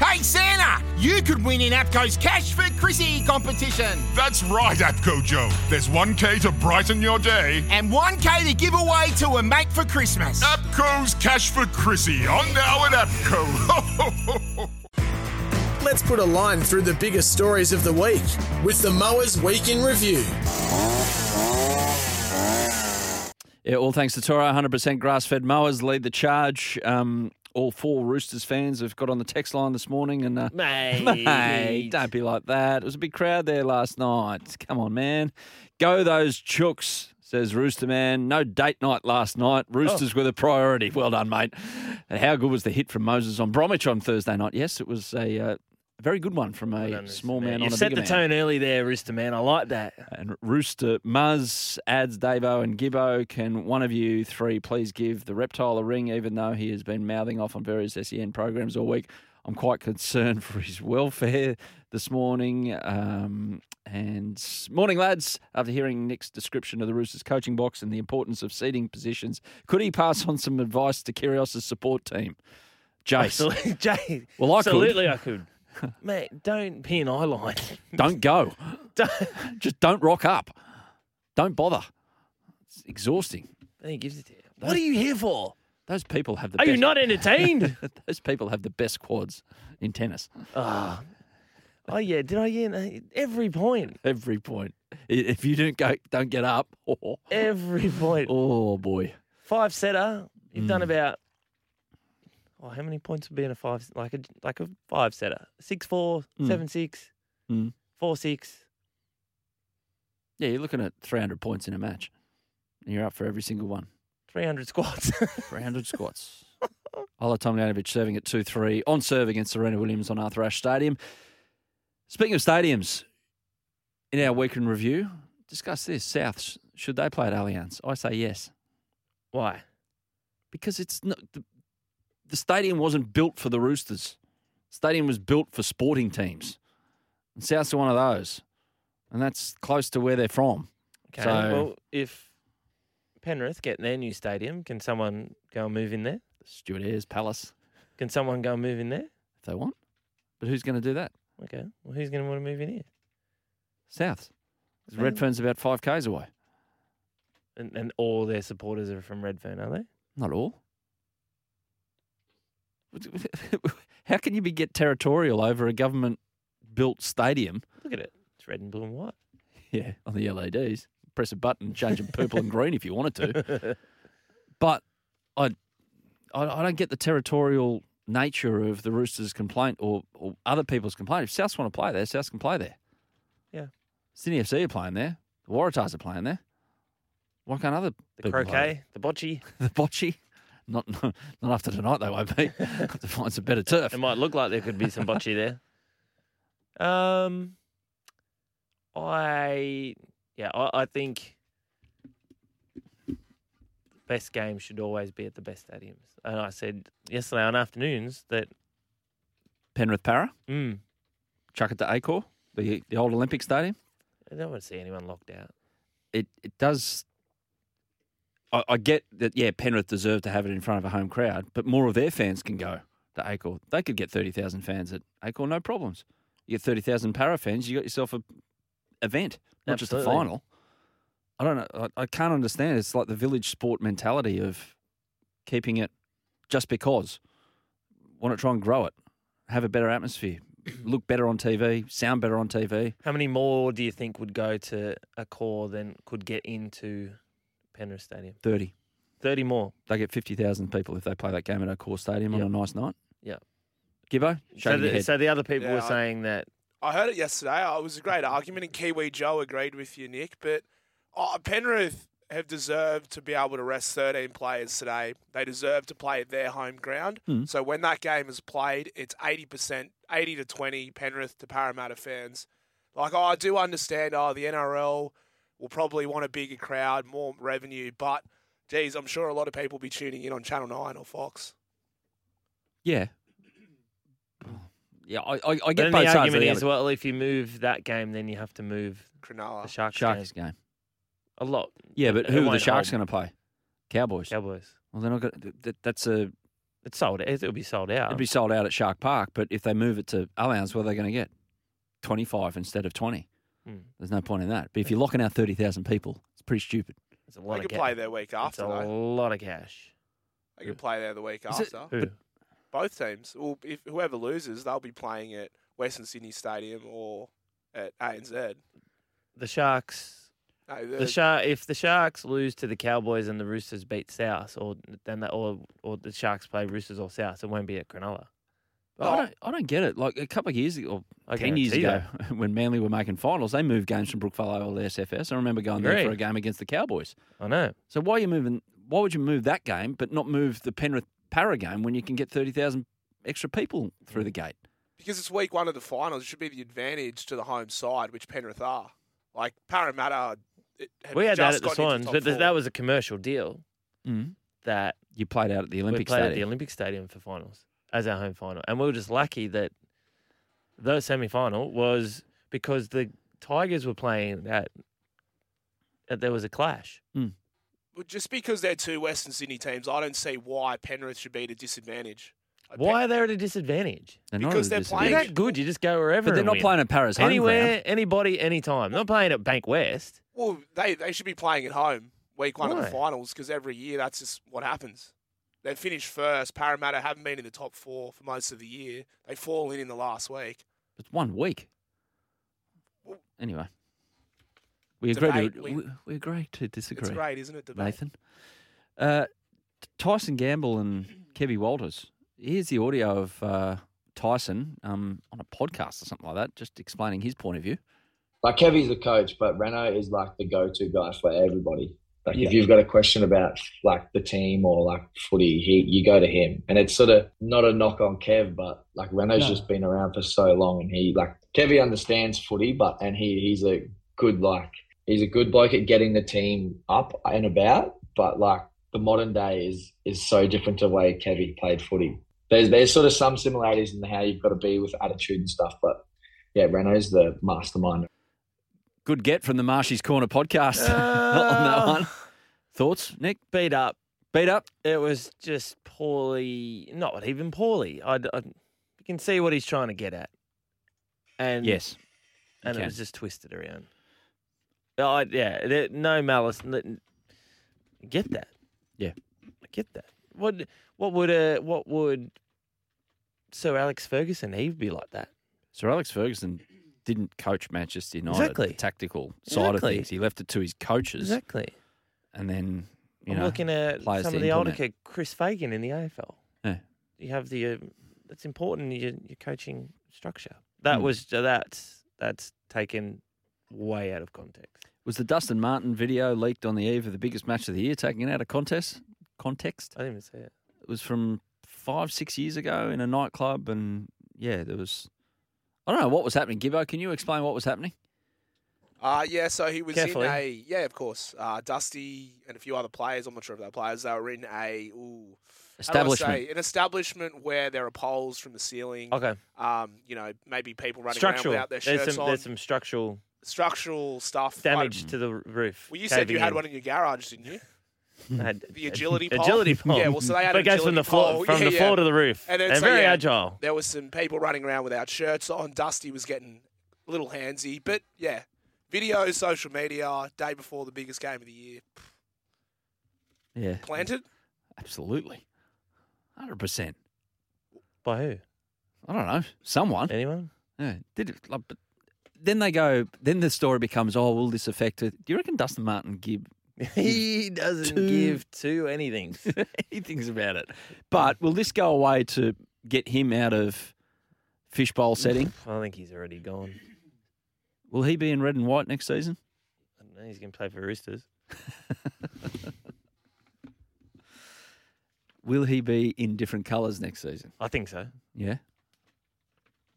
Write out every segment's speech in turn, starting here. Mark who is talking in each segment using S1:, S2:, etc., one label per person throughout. S1: Hey Santa, you could win in APCO's Cash for Chrissy competition
S2: That's right, APCO Joe. There's 1K to brighten your day.
S1: and 1k to give away to a mate for Christmas.
S2: APCO's Cash for Chrissy on now at APCO.
S3: Let's put a line through the biggest stories of the week with the Mowers Week in Review.
S4: Yeah, all thanks to Toro. 100% grass fed mowers lead the charge. Um, all four Roosters fans have got on the text line this morning. and uh,
S5: Mate.
S4: Mate, don't be like that. It was a big crowd there last night. Come on, man. Go those chooks, says Rooster Man. No date night last night.
S5: Oh.
S4: Roosters were the priority. Well done, mate. And how good was the hit from Moses on Bromwich on Thursday night? Yes, it was a uh, very good one from a small man
S5: you
S4: on a
S5: set
S4: bigger
S5: the
S4: man.
S5: tone early there, Rooster Man. I like that.
S4: And Rooster Muzz adds Davo and Gibbo. Can one of you three please give the reptile a ring, even though he has been mouthing off on various SEN programs all week? I'm quite concerned for his welfare this morning. Um, and morning, lads. After hearing Nick's description of the Roosters coaching box and the importance of seating positions, could he pass on some advice to Kyrgios' support team? Jace,
S5: Absolutely, Jay.
S4: Well, I could.
S5: absolutely I could. Mate, don't pin eye line.
S4: don't go.
S5: Don't-
S4: Just don't rock up. Don't bother. It's exhausting.
S5: Then he gives it to you. What are you here for?
S4: Those people have the.
S5: Are
S4: best,
S5: you not entertained?
S4: Those people have the best quads in tennis.
S5: Ah. Oh yeah, did I? Yeah, every point,
S4: Every point. I- If you don't go, don't get up. Oh,
S5: every point.
S4: oh boy.
S5: Five setter, you've done
S4: Hmm.
S5: about. Oh, how many points would be in a five? Like a like a five setter, six four,
S4: Hmm.
S5: seven six,
S4: Mm.
S5: four six.
S4: Yeah, you're looking at 300 points in a match. And you're up for every single one.
S5: 300 squats.
S4: 300 squats. Ola Tomljanovic serving at 2 3 on serve against Serena Williams on Arthur Ashe Stadium. Speaking of stadiums, in our weekend review, discuss this. Souths, should they play at Allianz? I say yes.
S5: Why?
S4: because it's not the, the stadium wasn't built for the Roosters. stadium was built for sporting teams, and South's one of those, and that's close to where they're from.
S5: Okay.
S4: So-
S5: well, if Penrith get their new stadium, can someone go and move in there?
S4: Stuart Ayres Palace,
S5: Can someone go and move in there?
S4: if they want, but who's going to do that?
S5: Okay. Well, who's going to want to move in here?
S4: South's. 'Cause Redfern's about five k's away.
S5: And, and all their supporters are from Redfern, are they?
S4: Not all. How can you be get territorial over a government-built stadium?
S5: Look at it. It's red and blue and white.
S4: Yeah, on the LEDs. Press a button, change them purple and green if you wanted to. But I, I, I don't get the territorial nature of the Roosters' complaint or, or other people's complaint. If Souths want to play there, Souths can play there.
S5: Yeah.
S4: Sydney FC are playing there. The Waratahs are playing there. Why can't other
S5: The
S4: people play there?
S5: croquet, the bocce.
S4: the bocce? Not not after tonight they won't be. Have to find some better turf.
S5: It might look like there could be some bocce there. Um, I yeah, I, I think the best games should always be at the best stadiums. And I said yesterday on afternoons that
S4: Penrith Para,
S5: mm,
S4: chuck it to Acor, the the old Olympic Stadium.
S5: I don't want to see anyone locked out.
S4: it it does. I, I get that. Yeah, Penrith deserve to have it in front of a home crowd, but more of their fans can go to Acor. They could get thirty thousand fans at Acor, no problems. You get thirty thousand para fans, you got yourself a event, not just a
S5: Absolutely.
S4: final. I don't know. I, I can't understand. It's like the village sport mentality of keeping it just because. Want to try and grow it, have a better atmosphere, look better on TV, sound better on TV.
S5: How many more do you think would go to a core than could get into Penrith Stadium?
S4: Thirty.
S5: Thirty more.
S4: They get 50,000 people if they play that game at Accor Stadium
S5: Yep.
S4: on a nice night.
S5: Yep.
S4: Gibbo,
S5: So
S4: shaking your
S5: the,
S4: head.
S5: so the other people
S6: Yeah,
S5: were
S6: I-
S5: saying that
S6: I heard it yesterday. It was a great argument, and Kiwi Joe agreed with you, Nick. But oh, Penrith, have deserved to be able to rest 13 players today. They deserve to play at their home ground. So when that game is played, it's 80%, 80 to 20 Penrith to Parramatta fans. Like, oh, I do understand, oh, the NRL will probably want a bigger crowd, more revenue, but geez, I'm sure a lot of people will be tuning in on Channel 9 or Fox.
S4: Yeah. Yeah, I, I, I get both
S5: Then the
S4: sides of
S5: argument
S4: the
S5: is,
S4: argument.
S5: well, if you move that game, then you have to move the
S6: Cronulla.
S5: Sharks,
S4: Sharks
S5: game.
S4: game.
S5: a lot.
S4: Yeah, but
S5: It
S4: who are the
S5: won't
S4: Sharks
S5: hold.
S4: going to play? Cowboys.
S5: Cowboys.
S4: Well, they're not going. to that, That's a.
S5: It's sold. out. It'll be sold out.
S4: It'd be sold out at Shark Park, but if they move it to Allianz, what are they going to get? Twenty five instead of twenty.
S5: Mm.
S4: There's no point in that. But if you're locking out thirty thousand people, it's pretty stupid.
S5: it's a
S6: They
S5: lot
S6: could
S5: of
S6: play
S5: cash.
S6: there week
S5: It's
S6: after,
S5: a
S6: though.
S5: lot of cash.
S6: They could play there the week
S4: Is it-
S6: after.
S5: Who?
S6: Both teams. Well, if whoever loses, they'll be playing at Western Sydney Stadium or at ANZ.
S5: The Sharks.
S6: No,
S5: The Shar if the Sharks lose to the Cowboys and the Roosters beat South, or then that, or or the Sharks play Roosters or South, it won't be at Cronulla.
S4: I don't. I don't get it. Like a couple of years ago,
S5: I
S4: ten years
S5: guarantee
S4: ago, when Manly were making finals, they moved games from Brookvale Oval to SFS. I remember going there for
S5: Agreed.
S4: a game against the Cowboys.
S5: I know.
S4: So why are you moving? Why would you move that game, but not move the Penrith Para game when you can get thirty thousand extra people through the gate?
S6: because it's week one of the finals, it should be the advantage to the home side, which Penrith are. Like Parramatta, it had
S5: we had that
S6: just
S5: at the
S6: gotten into
S5: Swans,
S6: top
S5: but th-
S6: four.
S5: that was a commercial deal
S4: Mm.
S5: that
S4: You played out at the Olympic
S5: we played at the
S4: Stadium.
S5: Olympic Stadium for finals as our home final, and we were just lucky that the semi final was because the Tigers were playing that. that There was a clash.
S6: But just because they're two Western Sydney teams. I don't see why Penrith should be at a disadvantage. Like,
S5: Why are they at a disadvantage?
S4: They're not
S6: because
S4: at a
S6: they're
S4: disadvantage.
S5: You're
S6: playing-
S5: that good. You just go wherever.
S4: But they're
S5: and
S4: not
S5: win.
S4: playing at Paris home
S5: anywhere,
S4: ground.
S5: anybody, anytime. Not playing at Bank West.
S6: Well, they they should be playing at home week one of
S5: Why?
S6: the finals because every year that's just what happens. They finish first. Parramatta haven't been in the top four for most of the year. They fall in in the last week.
S4: It's one week. Anyway, we
S6: It's
S4: agree.
S6: debate.
S4: To,
S6: We-
S4: we, we agree to disagree.
S6: It's great, isn't it, debate?
S4: Nathan, uh, T- Tyson Gamble and Kevy Walters. Here's the audio of uh, Tyson um, on a podcast or something like that, just explaining his point of view.
S7: Like Kevy's the coach, but Reno is like the go-to guy for everybody. Like if you've got a question about like the team or like footy, he, you go to him. And it's sort of not a knock on Kev, but like Reno's just been around for so long, and he like Kevy understands footy, but and he he's a good like he's a good bloke at getting the team up and about. But like the modern day is is so different to the way Kevy played footy. There's there's sort of some similarities in how you've got to be with attitude and stuff, but yeah, Reno's the mastermind
S4: Good get from the Marshy's Corner podcast on
S5: Uh.
S4: that one. Thoughts, Nick?
S5: Beat up.
S4: Beat up?
S5: It was just poorly, not even poorly. I, I- you can see what he's trying to get at. And
S4: Yes.
S5: and
S4: can.
S5: it was just twisted around. Oh, I, yeah, there, no malice. n- I Get that?
S4: Yeah.
S5: I get that. What what would uh what would Sir Alex Ferguson he would be like that?
S4: Sir Alex Ferguson didn't coach Manchester United. The
S5: Exactly.
S4: tactical side of
S5: Exactly.
S4: things. He left it to his coaches,
S5: Exactly.
S4: and then you
S5: I'm
S4: know.
S5: looking at
S4: players
S5: some
S4: to
S5: of the older
S4: implement.
S5: kid, Chris Fagan in the AFL.
S4: Yeah.
S5: You have the. Um, it's important your your coaching structure. That
S4: Hmm.
S5: was that's that's taken way out of context.
S4: Was the Dustin Martin video leaked on the eve of the biggest match of the year, taken out of contest context?
S5: I didn't even see it.
S4: It was from five, six years ago in a nightclub, and yeah, there was. I don't know what was happening. Gibbo, can you explain what was happening?
S6: Uh, yeah, so he was
S5: Carefully.
S6: in a yeah, of course. Uh, Dusty and a few other players. I'm not sure if they're players. They were in a ooh, how do I
S4: Establishment. Oh.
S6: say, an establishment where there are poles from the ceiling.
S5: Okay,
S6: Um, you know, maybe people running
S5: structural.
S6: around without their shirts
S5: there's some
S6: on.
S5: there's some structural
S6: Structural stuff.
S5: damage
S6: Like,
S5: to the r- roof.
S6: well, you said you
S5: caving
S6: had
S5: in.
S6: one in your garage, didn't you?
S5: I had
S6: The agility pole.
S5: Agility pole.
S6: Yeah, well, so they had
S5: But it
S6: an
S5: goes from the
S6: agility
S5: floor
S6: pole.
S5: from
S6: Yeah,
S5: the
S6: yeah.
S5: floor to the roof.
S6: And
S5: And,
S6: then so,
S5: very
S6: yeah.
S5: agile.
S6: There was some people running around without shirts on. Dusty was getting a little handsy, but yeah, video, social media, day before the biggest game of the year,
S4: Yeah,
S6: planted.
S4: absolutely, hundred percent.
S5: By who?
S4: I don't know someone.
S5: Anyone?
S4: Yeah, did it, like, but then they go. Then the story becomes, oh, will this affect it? Do you reckon Dustin Martin Gibb
S5: He doesn't
S4: Two.
S5: give two anything.
S4: he thinks about it. But will this go away to get him out of fishbowl setting?
S5: I think he's already gone.
S4: Will he be in red and white next season?
S5: I don't know. He's going to play for Roosters.
S4: Will he be in different colours next season?
S5: I think so.
S4: Yeah.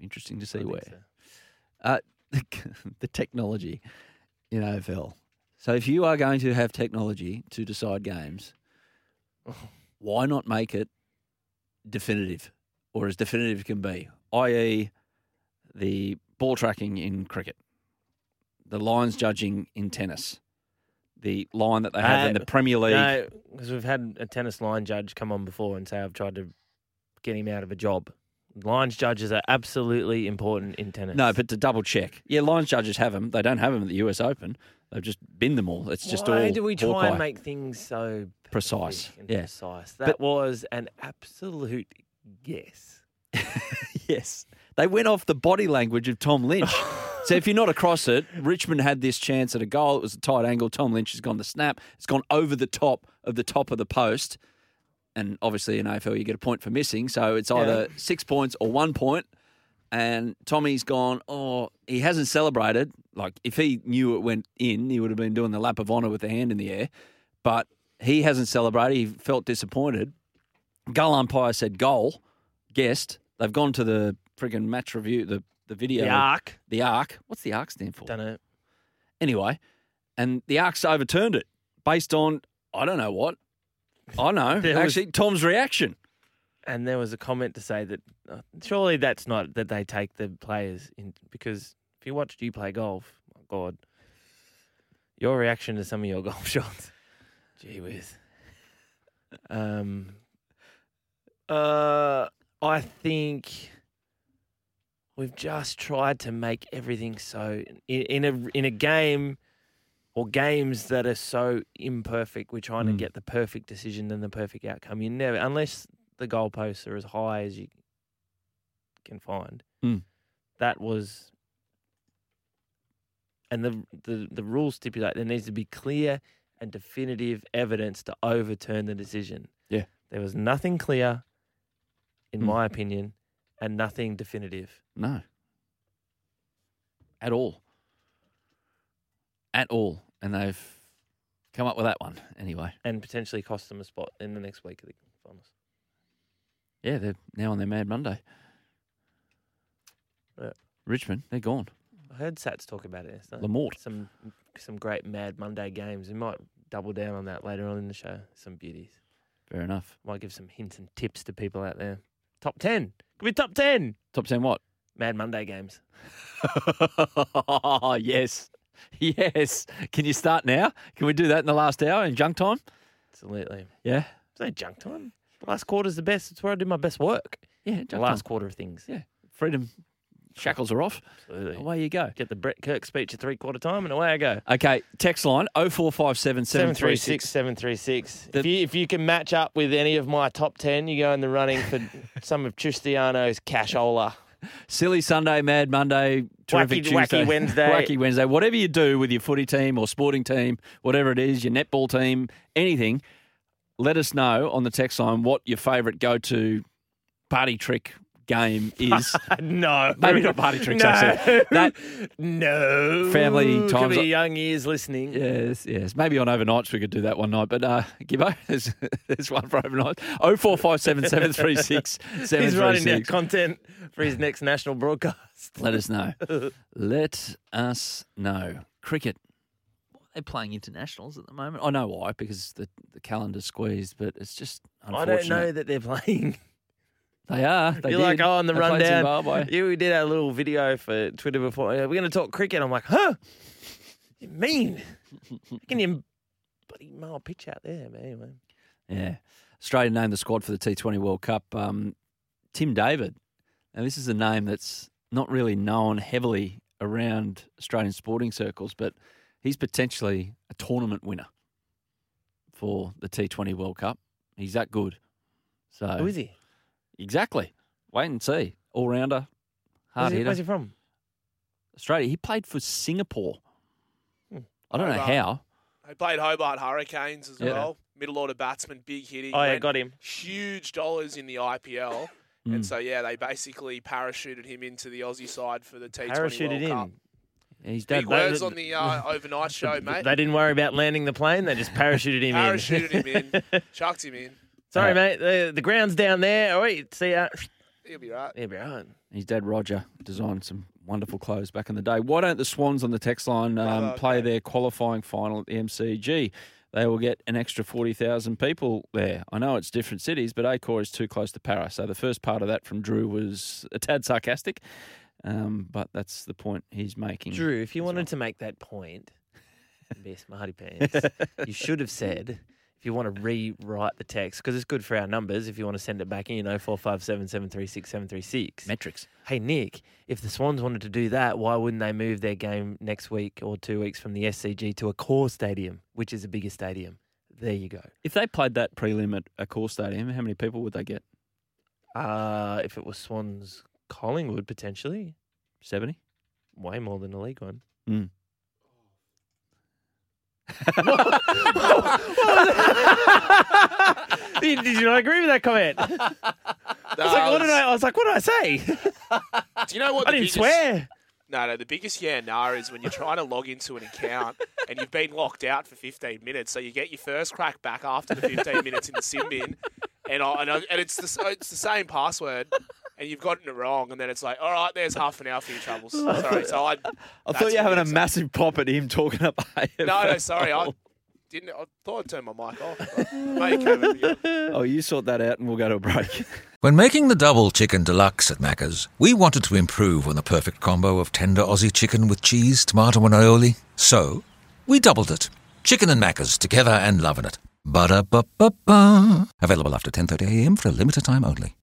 S4: Interesting to
S5: I
S4: see
S5: think
S4: where.
S5: so.
S4: Uh, the, technology in AFL. So if you are going to have technology to decide games, why not make it definitive or as definitive as can be, i.e., the ball tracking in cricket, the lines judging in tennis, the line that they have in
S5: Uh,
S4: the Premier League.
S5: No, because we've had a tennis line judge come on before and say I've tried to get him out of a job. Lines judges are absolutely important in tennis.
S4: No, but to double check. Yeah, Lions judges have them. They don't have them at the US Open. They've just binned them all. It's just
S5: why
S4: all
S5: do we try
S4: Hawkeye.
S5: and make things so perfect
S4: Precise,
S5: and
S4: yeah.
S5: Precise. That
S4: But-
S5: was an absolute guess.
S4: Yes. They went off the body language of Tom Lynch. so if you're not across it, Richmond had this chance at a goal. It was a tight angle. Tom Lynch has gone the snap. It's gone over the top of the top of the post. And obviously in AFL you get a point for missing. So it's either six points or one point. And Tommy's gone, oh, he hasn't celebrated. Like if he knew it went in, he would have been doing the lap of honour with the hand in the air. But he hasn't celebrated. He felt disappointed. Goal umpire said goal guest. They've gone to the friggin' match review, the, the video.
S5: The arc.
S4: The arc. What's the arc stand for?
S5: Don't know.
S4: Anyway, and the arc's overturned it based on, I don't know what. I know.
S5: There was-
S4: Actually, Tom's reaction.
S5: And there was a comment to say that uh, surely that's not that they take the players in because if you watched you play golf, my God, your reaction to some of your golf shots, gee whiz. Um, uh, I think we've just tried to make everything so in, in a in a game or games that are so imperfect. We're trying to
S4: Mm.
S5: get the perfect decision and the perfect outcome. You never, unless the goalposts are as high as you can find.
S4: Mm.
S5: That was. And the, the the rules stipulate there needs to be clear and definitive evidence to overturn the decision.
S4: Yeah.
S5: There was nothing clear, in
S4: Hmm.
S5: my opinion, and nothing definitive.
S4: No. At all. At all. And they've come up with that one anyway.
S5: And potentially cost them a spot in the next week of the finals.
S4: Yeah, they're now on their Mad Monday.
S5: Yeah.
S4: Richmond, they're gone.
S5: I heard Sats talk about it yesterday.
S4: Lamort.
S5: Some some great Mad Monday games. We might double down on that later on in the show. Some beauties.
S4: Fair enough.
S5: Might give some hints and tips to people out there. Top ten. Could be top ten.
S4: Top 10 what?
S5: Mad Monday games.
S4: yes. Yes. Can you start now? Can we do that in the last hour in junk time?
S5: Absolutely.
S4: Yeah.
S5: It's no junk time. Last quarter's the best. It's where I do my best work.
S4: Yeah, junk
S5: The last
S4: time.
S5: quarter of things.
S4: Yeah. Freedom shackles are off.
S5: Absolutely.
S4: Away you go.
S5: Get the Brett Kirk speech at three quarter time and away I go.
S4: Okay, text line 0457 736.
S5: 736.
S4: The-
S5: if, you, if you can match up with any of my top 10, you go in the running for some of Tristiano's cashola.
S4: Silly Sunday, Mad Monday, terrific
S5: Wacky- wacky
S4: Tuesday,
S5: Wednesday.
S4: wacky Wednesday. Whatever you do with your footy team or sporting team, whatever it is, your netball team, anything, let us know on the text line what your favourite go-to party trick game is.
S5: Uh, no.
S4: Maybe not party tricks,
S5: No.
S4: actually. That-
S5: no.
S4: Family
S5: Could
S4: times-
S5: be young ears listening.
S4: Yes, yes. Maybe on overnights we could do that one night. But uh, Gibbo, there's, there's one for overnight. Oh four five seven seven three six seven
S5: He's
S4: three
S5: writing down
S4: six.
S5: content for his next national broadcast.
S4: Let us know. Let us know. Cricket. Why are they playing internationals at the moment? I know why because the the calendar's squeezed, but it's just
S5: I
S4: unfortunate.
S5: don't know that they're playing.
S4: They are. They
S5: You're like,
S4: did.
S5: oh, on the
S4: They played
S5: rundown.
S4: Zimbabwe.
S5: Yeah, we did our little video for Twitter before. "Yeah, We're going to talk cricket. I'm like, huh? You mean? How can you bloody mail a pitch out there? But anyway.
S4: Yeah. Australia named the squad for the T20 World Cup. Um, Tim David. Now, this is a name that's not really known heavily around Australian sporting circles, but he's potentially a tournament winner for the T20 World Cup. He's that good. So
S5: Who is he?
S4: Exactly. Wait and see. All rounder, hard
S5: Where's he, where's
S4: hitter.
S5: he from?
S4: Australia. He played for Singapore.
S5: Hmm.
S4: I don't know
S6: Hobart.
S4: how.
S6: They played Hobart Hurricanes as
S4: Yeah.
S6: well. Middle order batsman, big hitting.
S5: Oh, yeah,
S6: went
S5: got him.
S6: Huge dollars in the IPL.
S4: Mm.
S6: And so, yeah, they basically parachuted him into the Aussie side for the T20
S5: Parachuted
S6: World
S5: in.
S6: Cup.
S4: He's
S6: Big
S4: done.
S6: words
S5: they-
S6: on the uh, overnight show, mate.
S5: They didn't worry about landing the plane. They just parachuted him
S6: Parachuted
S5: in.
S6: him in, chucked him in.
S5: Sorry,
S4: Uh,
S5: mate. The, the ground's down there. All right, see ya.
S6: He'll be right.
S5: Yeah, be right.
S4: His dad Roger designed some wonderful clothes back in the day. Why don't the Swans on the text line um,
S6: Brother,
S4: play
S6: okay.
S4: their qualifying final at the MCG? They will get an extra forty thousand people there. I know it's different cities, but Acor is too close to Para. So the first part of that from Drew was a tad sarcastic, um, but that's the point he's making.
S5: Drew, if you wanted to make that point, be a smarty pants, you should have said, if you want to rewrite the text, because it's good for our numbers, if you want to send it back in, oh you know, 457
S4: metrics.
S5: Hey, Nick, if the Swans wanted to do that, why wouldn't they move their game next week or two weeks from the SCG to a core stadium, which is a bigger stadium? There you go.
S4: If they played that prelim at a core stadium, how many people would they get?
S5: Uh, if it was Swans Collingwood, potentially,
S4: Seventy.
S5: way more than the league one. did, did you not agree with that comment? I was like, what did I? I was like, what did I say?
S6: Do you know what?
S5: I
S6: the
S5: didn't
S6: biggest-
S5: swear.
S6: No, no. The biggest yeah nah is when you're trying to log into an account and you've been locked out for 15 minutes, so you get your first crack back after the 15 minutes in the sim bin, and I, and, I, and it's the s- it's the same password. And you've gotten it wrong, and then it's like, all right, there's half an hour for your troubles. Sorry, so I.
S4: I
S6: that's
S4: thought you were having a
S6: what-
S4: massive pop at him talking up.
S6: No, no, sorry, I didn't. I thought I turned my mic off. but- Mate, you came over the-
S4: Oh, you sort that out, and we'll go to a break.
S8: When making the double chicken deluxe at Macca's, we wanted to improve on the perfect combo of tender Aussie chicken with cheese, tomato, and aioli. So, we doubled it. Chicken and Macca's together and loving it. Ba da ba ba ba. Available after 10:30 a.m. for a limited time only.